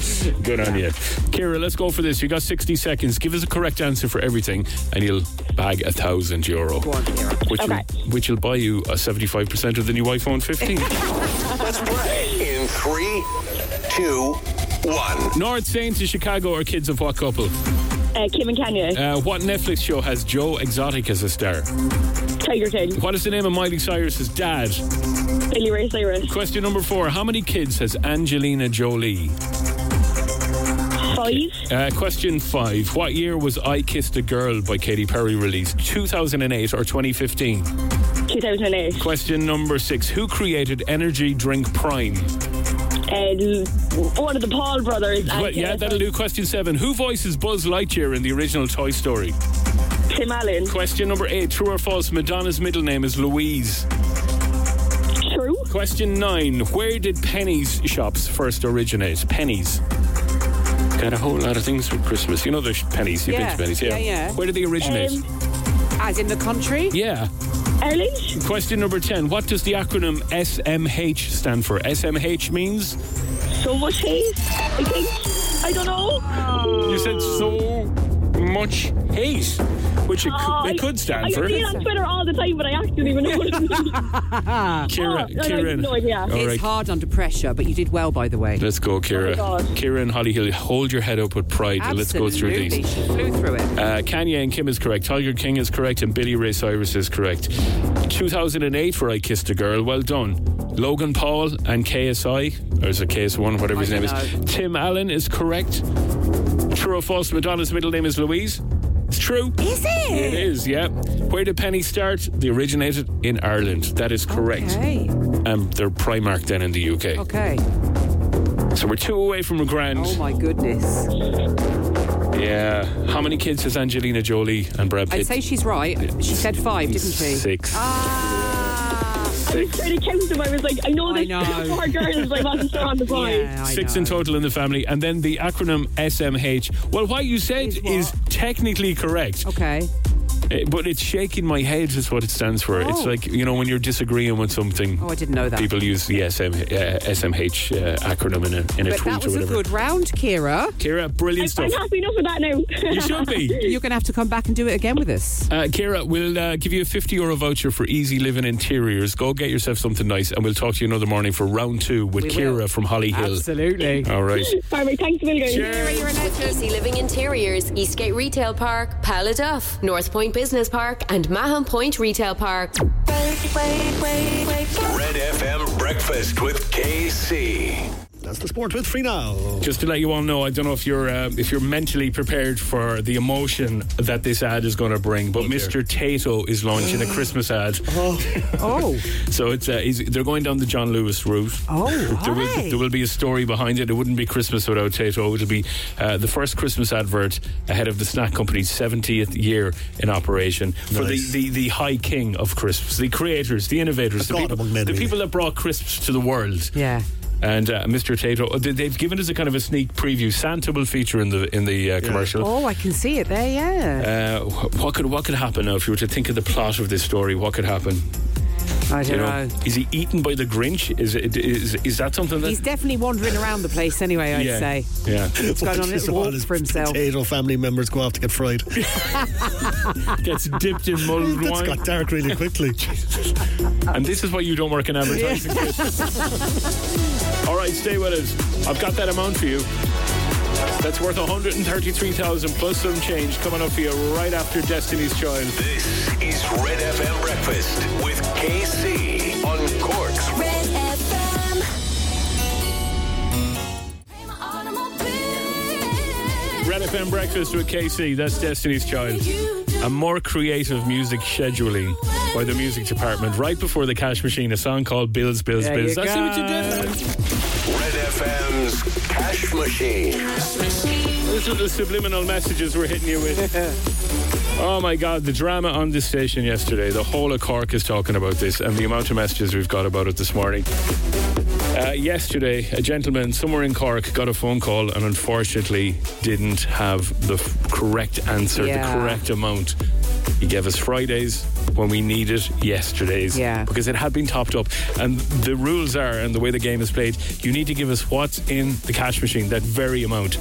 *laughs*
Food.
Good on you. Kira, let's go for this. You got 60 seconds. Give us a correct answer for everything, and you'll bag a thousand euro.
Go on, Kira.
Which,
Okay.
will, which will buy you a 75% of the new iPhone 15.
Let's play in three, two, one.
North Saints in Chicago are kids of what couple?
Uh, Kim and Kenya,
Uh, what Netflix show has Joe Exotic as a star?
Tiger King,
What is the name of Miley Cyrus's dad?
Billy Ray Cyrus,
Question number four How many kids has Angelina Jolie?
five,
Uh, question five. What year was I Kissed a Girl by Katy Perry released? 2008 or 2015?
2008.
Question number six. Who created energy drink Prime?
Uh, one of the Paul brothers.
Well, yeah, that'll do. Question seven. Who voices Buzz Lightyear in the original Toy Story?
Tim Allen.
Question number eight True or false? Madonna's middle name is Louise.
True.
Question nine Where did pennies shops first originate? Pennies. Got a whole lot of things for Christmas. You know the sh- pennies. You've been to pennies, yeah. Where did they originate?
Um, as in the country?
yeah.
Ireland.
Question number 10. What does the acronym SMH stand for? SMH means?
So much hate. I think. I don't know.
You said so much hate, which it,
Oh,
could,
I-
it could stand
I
for.
see it on Twitter all the time, but I actually
*laughs*
don't even know.
Kira,
Oh, no, no,
Kieran.
no idea.
All
It's
right.
hard under pressure, but you did well, by the way.
Let's go,
Oh
Kira.
God.
Kira and Holly Hill, hold your head up with pride and let's go through
Absolutely.
these.
She flew through it.
Uh, Kanye and Kim is correct. Tiger King is correct, and Billy Ray Cyrus is correct. 2008 for I Kissed a Girl. Well done. Logan Paul and KSI, or is it KS1, whatever his name is. Tim Allen is correct. True or false? Madonna's middle name is Louise. It's true. Is it? It is. Yeah. Where did pennies start? They originated in Ireland. That is correct.
Okay.
Um, they're Primark then in the UK.
Okay.
So we're two away from a grand.
Oh my goodness.
Yeah. How many kids has Angelina Jolie and Brad Pitt?
I'd say she's right. She said five, didn't she?
Six.
I was trying to count them. I was like, I know there's *laughs*
know.
four girls. I wasn't sure on the boys.
Six in total in the family, and then the acronym SMH. Well, what you said is, technically correct. eh,
Okay.
But it's shaking my head, is what it stands for. It's
Oh.
like, you know, when you're disagreeing with something.
Oh, I didn't know that.
People use the SM, uh, SMH uh, acronym in a, in a
But
tweet
that
or
was a
whatever.
good round, Kira.
Kira, brilliant stuff.
enough with that now.
You should
*laughs*
be.
*laughs* You're going to have to come back and do it again with us.
*laughs* Uh, Kira, we'll uh, give you a 50 euro voucher for Easy Living Interiors. Go get yourself something nice, and we'll talk to you another morning for round two with
We
Kira from Holly Hill.
Absolutely.
All right.
Perfect. Thanks, Bill. guys.
With Easy Living Interiors, Eastgate Retail Park, Paladuff, North Point Business Park, and Mahon Point Retail Park.
Red FM Breakfast with KC.
That's the sport with free now.
Just to let you all know, I don't know if you're uh, if you're mentally prepared for the emotion that this ad is going to bring, but Mr. Tato is launching a Christmas ad.
Oh. oh.
So it's uh, he's, they're going down the John Lewis route.
Oh,
there will, there will be a story behind it. It wouldn't be Christmas without Tato. It'll be uh, the first Christmas advert ahead of the snack company's 70th year in operation for
Nice.
the, the, the high king of crisps, the creators, the innovators, the
god
people,
among men,
the
really.
people that brought crisps to the world.
Yeah.
And uh, Mr. Tato, oh, they- they've given us a kind of a sneak preview. Santa will feature in the in the uh, commercial.
Oh, I can see it there,
Uh,
yeah.
wh- what could what could happen now if you were to think of the plot of this story? What could happen?
I don't
Uh, You
know.
Is he eaten by the Grinch? Is it is, is that something that
He's definitely wandering around the place anyway, I'd
Yeah.
say.
Yeah.
He's going on a little walk for himself.
Potato family members go off to
*laughs*
get fried.
*laughs* gets dipped in *laughs* mulled
That's
wine?
got dark
*laughs*
really quickly.
And this is why you don't work in advertising. All right, stay with us. I've got that amount for you. That's worth 133,000 plus some change coming up for you right after Destiny's Child.
This is Red FM Breakfast with KC on Cork's
Red FM.
Red FM Breakfast with KC. That's Destiny's Child. A more creative music scheduling by the music department right before the cash machine. A song called Bills, Bills,
There
Bills.
you
That's
go.
what you did.
Red FM's Cash Machine.
Those are the subliminal messages we're hitting you
*laughs*
with. oh my God, the drama on this station yesterday. The whole of Cork is talking about this and the amount of messages we've got about it this morning. Uh, yesterday, a gentleman somewhere in Cork got a phone call and unfortunately didn't have the f- correct answer,
Yeah.
the correct amount. He gave us Fridays when we needed yesterdays.
Yeah.
Because it had been topped up. And the rules are, and the way the game is played, you need to give us what's in the cash machine, that very amount.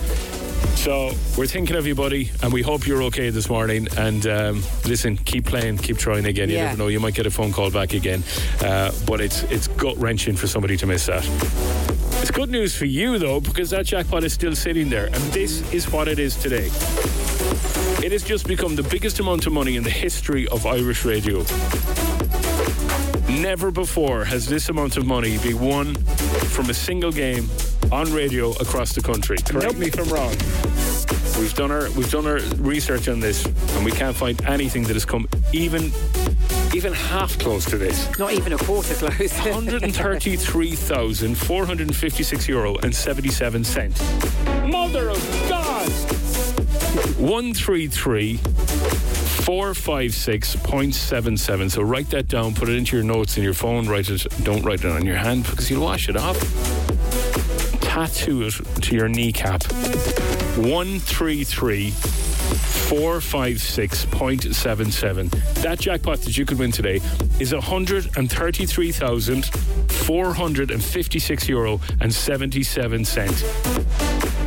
So we're thinking of you, buddy, and we hope you're okay this morning. And um, listen, keep playing, keep trying again. You
Yeah.
never know, you might get a phone call back again. Uh, but it's it's gut wrenching for somebody to miss that. It's good news for you though, because that jackpot is still sitting there, and this is what it is today. It has just become the biggest amount of money in the history of Irish radio. Never before has this amount of money been won from a single game on radio across the country. Correct me if I'm wrong. We've done our we've done our research on this, and we can't find anything that has come even even half close to
*laughs*
this.
Not even a quarter
*laughs*
close.
133,456 euro and 77 cents. Mother of God! 133 456.77. So write that down, put it into your notes in your phone, write it, don't write it on your hand because you'll wash it off. Tattoo it to your kneecap. 133 456.77. That jackpot that you could win today is 133,456 euro and 77 cents.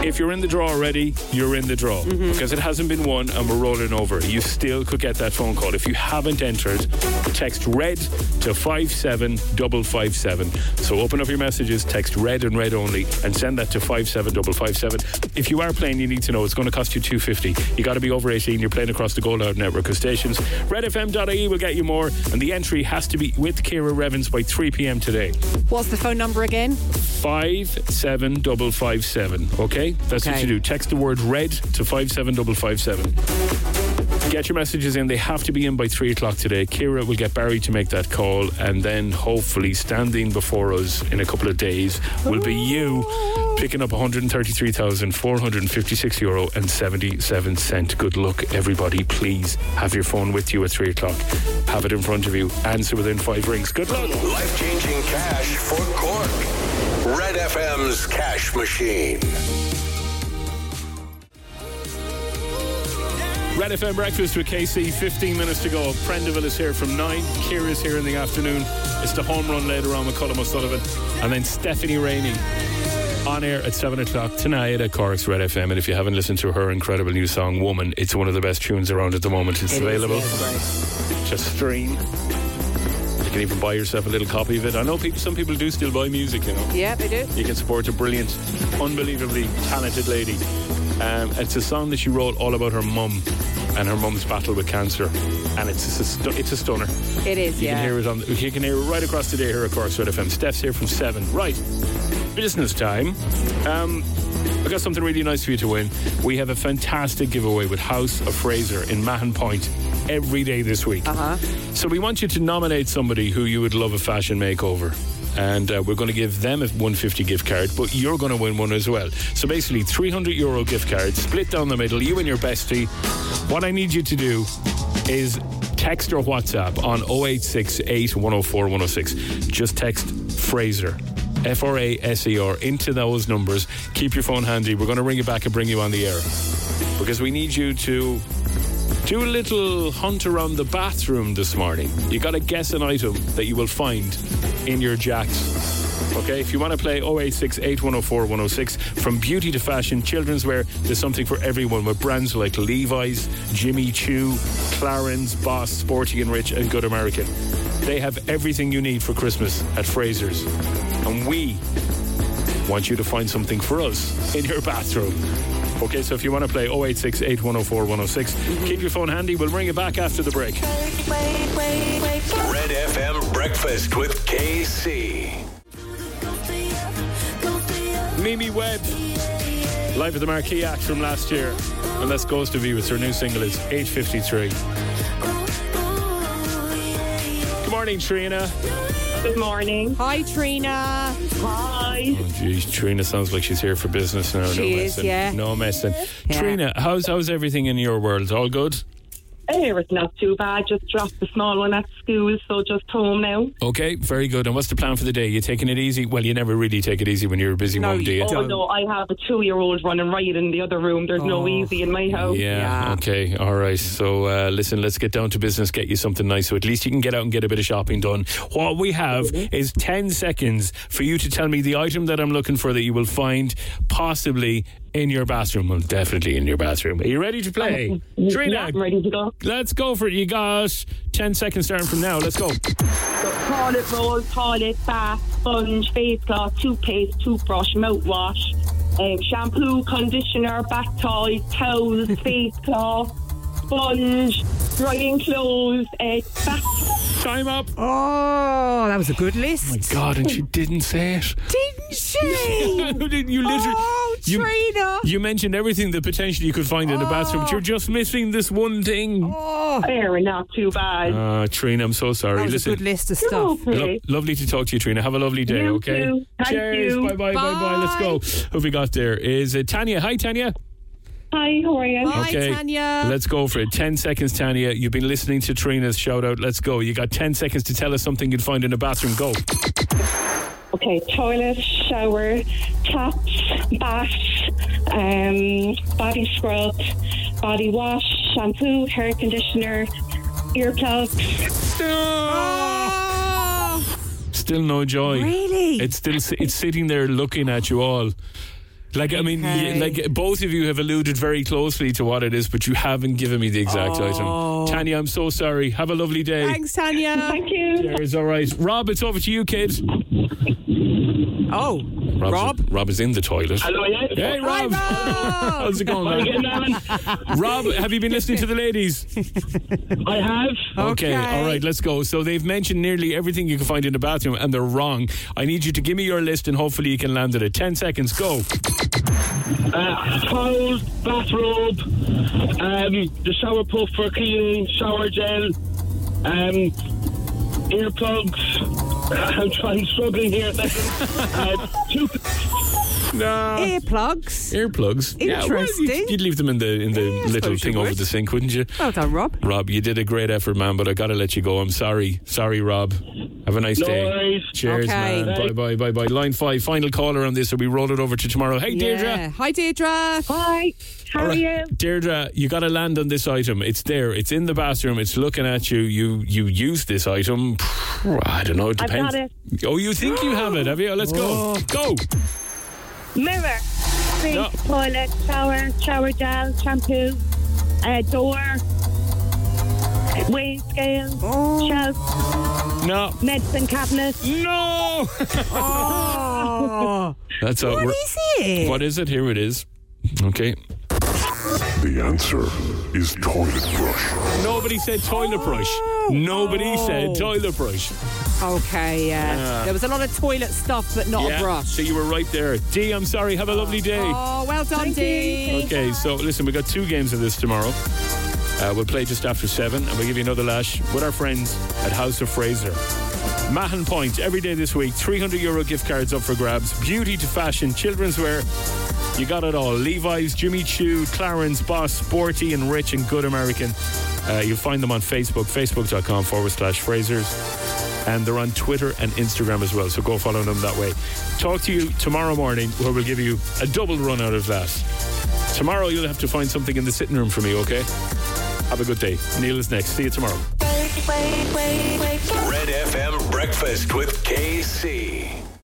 If you're in the draw already, you're in the draw because it hasn't been won and we're rolling over. You still could get that phone call. If you haven't entered, text red to 57557. So open up your messages, text red and red only, and send that to 57557. If you are playing, you need to know it's going to cost you 250. You got to be over 18. You're playing across the Go Loud network of stations. RedFM.ie E will get you more, and the entry has to be with Kira Revens by 3 p.m. today.
What's the phone number again?
57557. Okay? That's what
Okay.
you do. Text the word red to 57557. Get your messages in. They have to be in by 3 o'clock today. Kira will get Barry to make that call, and then hopefully, standing before us in a couple of days, will be you picking up 133,456 euro and 77 cent. Good luck, everybody. Please have your phone with you at 3 o'clock. Have it in front of you. Answer within five rings. Good luck.
Life changing cash for Cork. Red FM's cash machine.
Red FM Breakfast with KC, 15 minutes to go. Prendeville is here from 9. Kira is here in the afternoon. It's the home run later on with Colin O'Sullivan. And then Stephanie Rainey on air at 7 o'clock tonight at Cork's Red FM. And if you haven't listened to her incredible new song, Woman, it's one of the best tunes around at the moment. It's
It is,
available.
yes,
Just stream. You can even buy yourself a little copy of it. I know people, some people do still buy music, you know.
Yeah, they do.
You can support a brilliant, unbelievably talented lady. Um, it's a song that she wrote all about her mum and her mum's battle with cancer, and it's a, stu- it's a stunner.
It is,
You
yeah.
can hear it on. You can hear it right across the day here at Cork Red FM. Steph's here from seven. Right, business time. Um, I got something really nice for you to win. We have a fantastic giveaway with House of Fraser in Mahon Point every day this week. Uh-huh. So we want you to nominate somebody who you would love a fashion makeover. And uh, we're going to give them a 150 gift card, but you're going to win one as well. So basically, 300 euro gift card split down the middle, you and your bestie. What I need you to do is text or WhatsApp on 0868 104 106. Just text Fraser. F R A S E R into those numbers. Keep your phone handy. We're going to ring you back and bring you on the air because we need you to do a little hunt around the bathroom this morning. You got to guess an item that you will find in your jacks. Okay, if you want to play 086 8104 106, from beauty to fashion, children's wear, there's something for everyone with brands like Levi's, Jimmy Choo, Clarins, Boss, Sporty and Rich, and Good American. They have everything you need for Christmas at Fraser's. And we want you to find something for us in your bathroom. Okay, so if you want to play 086 8104 106, keep your phone handy. We'll bring it back after the break.
Red FM Breakfast with KC.
Mimi Webb, live at the Marquee Act from last year. And that's Goes to View. It's her new single. It's 853. Good morning, Trina.
Good morning. Hi, Trina. Hi.
Jeez, Oh, Trina sounds like she's here for business now.
She
no
is,
messing.
yeah.
No messing. Trina, how's how's everything in your world? All good?
Eh, it's not too bad. Just dropped the small one at school, so just home now.
Okay, very good. And what's the plan for the day? You taking it easy? Well, you never really take it easy when you're a busy mum, do you?
oh no, I have a two-year-old running riot in the other room. There's no easy in my house.
Oh. Yeah, Okay. All right. So uh, listen, let's get down to business. Get you something nice, so at least you can get out and get a bit of shopping done. What we have
Mm-hmm.
is ten seconds for you to tell me the item that I'm looking for that you will find possibly in your bathroom. Well, definitely in your bathroom. Are you ready to
Um,
play, Trina?
Yeah, I'm ready to go.
Let's go for it. You got ten seconds starting from now. Let's go.
Toilet roll, toilet bath, sponge, face cloth, toothpaste, toothbrush, mouthwash, um, shampoo, conditioner, bath towels, towels, face cloth, sponge, drying clothes, uh, bath.
Time up. Oh
Oh, that was a good list.
my God, and she didn't say it. *laughs*
Didn't she?
you literally.
Oh,
you,
Trina.
*laughs* You mentioned everything that potentially you could find in a bathroom, but you're just missing this one thing.
Oh.
Very not too bad.
Uh, Trina, I'm so sorry.
That was
Listen,
a good list of stuff.
Lo- lovely to talk to you, Trina. Have a lovely day,
You
okay?
too. Thank
Cheers.
you.
Bye bye bye bye. Let's go. Who have we got there? Is it Tanya? Hi, Tanya.
Hi, how are you?
okay, let's go for it. 10 seconds, Tanya. You've been listening to Trina's shout out. Let's go. You got 10 seconds to tell us something you'd find in a bathroom. Go.
Okay, toilet, shower, taps, bath, um, body scrub, body wash, shampoo, hair conditioner, earplugs.
Still no joy.
Really?
It's still it's sitting there looking at you all. Like I mean, y-
Okay.
like both of you have alluded very closely to what it is, but you haven't given me the exact item. Tanya, I'm so sorry. Have a lovely day.
Thanks, Tanya. *laughs* Thank
you.
Cheers. All right, Rob. It's over to you, kids.
Oh,
Rob's Rob. Rob is in the toilet.
Hello, yeah.
Hey, Rob.
Um,
How's it going,
How
man?
you getting
Rob, have you been listening to the ladies?
I have.
Okay. all right, let's go. So they've mentioned nearly everything you can find in the bathroom, and they're wrong. I need you to give me your list, and hopefully you can land at it. Ten seconds, go.
Uh, towels, bathrobe, um, the shower puff for cleaning, shower gel, um, earplugs. *laughs* I'm trying, struggling here. *laughs* uh, two,
No.
*laughs* Earplugs.
Earplugs. Yeah, well, you'd-
Interesting.
you'd, leave them in the in the little
suppose you
thing over
would.
the sink, wouldn't you?
Well done, Rob.
Rob, you did a great effort, man, but I got to let you go. I'm sorry. Sorry, Rob. Have a nice
No
day.
worries.
Cheers,
Okay.
man. Bye, bye, bye, bye. Line five, final caller on this, so we roll it over to tomorrow. Hey, Deirdre.
Yeah. Hi, Deirdre.
Hi. How
All right. Deirdre, you got to land on this item. It's there. It's in the bathroom. It's looking at you. You you use this item. I don't know. It
I've
depends.
got
Oh, you think you have it? Have you? Let's go. Go.
Mirror, sink,
No.
toilet, shower, shower gel, shampoo, uh, door, weighing scale,
Oh.
shelf.
No.
Medicine cabinet.
No.
oh.
*laughs* That's all.
What
we're-
is it?
What is it? Here it is. Okay.
The answer is toilet brush.
Nobody said toilet brush. Nobody said toilet brush.
Okay, yeah.
Yeah.
There was a lot of toilet stuff, but not
Yeah,
a brush.
So you were right there. Dee, I'm sorry. Have a lovely day.
Oh, well done, Dee.
Okay, so listen, we got two games of this tomorrow. Uh, we'll play just after seven, and we'll give you another lash with our friends at House of Fraser. Mahon Point, every day this week, 300 euro gift cards up for grabs. Beauty to fashion, children's wear. You got it all. Levi's, Jimmy Choo, Clarence, Boss, Sporty, and Rich, and Good American. Uh, you'll find them on Facebook, facebook.com forward slash Frasers and they're on Twitter and Instagram as well. So go follow them that way. Talk to you tomorrow morning, where we'll give you a double run out of that. Tomorrow you'll have to find something in the sitting room for me. Okay. Have a good day. Neil is next. See you tomorrow.
Red FM Breakfast with KC.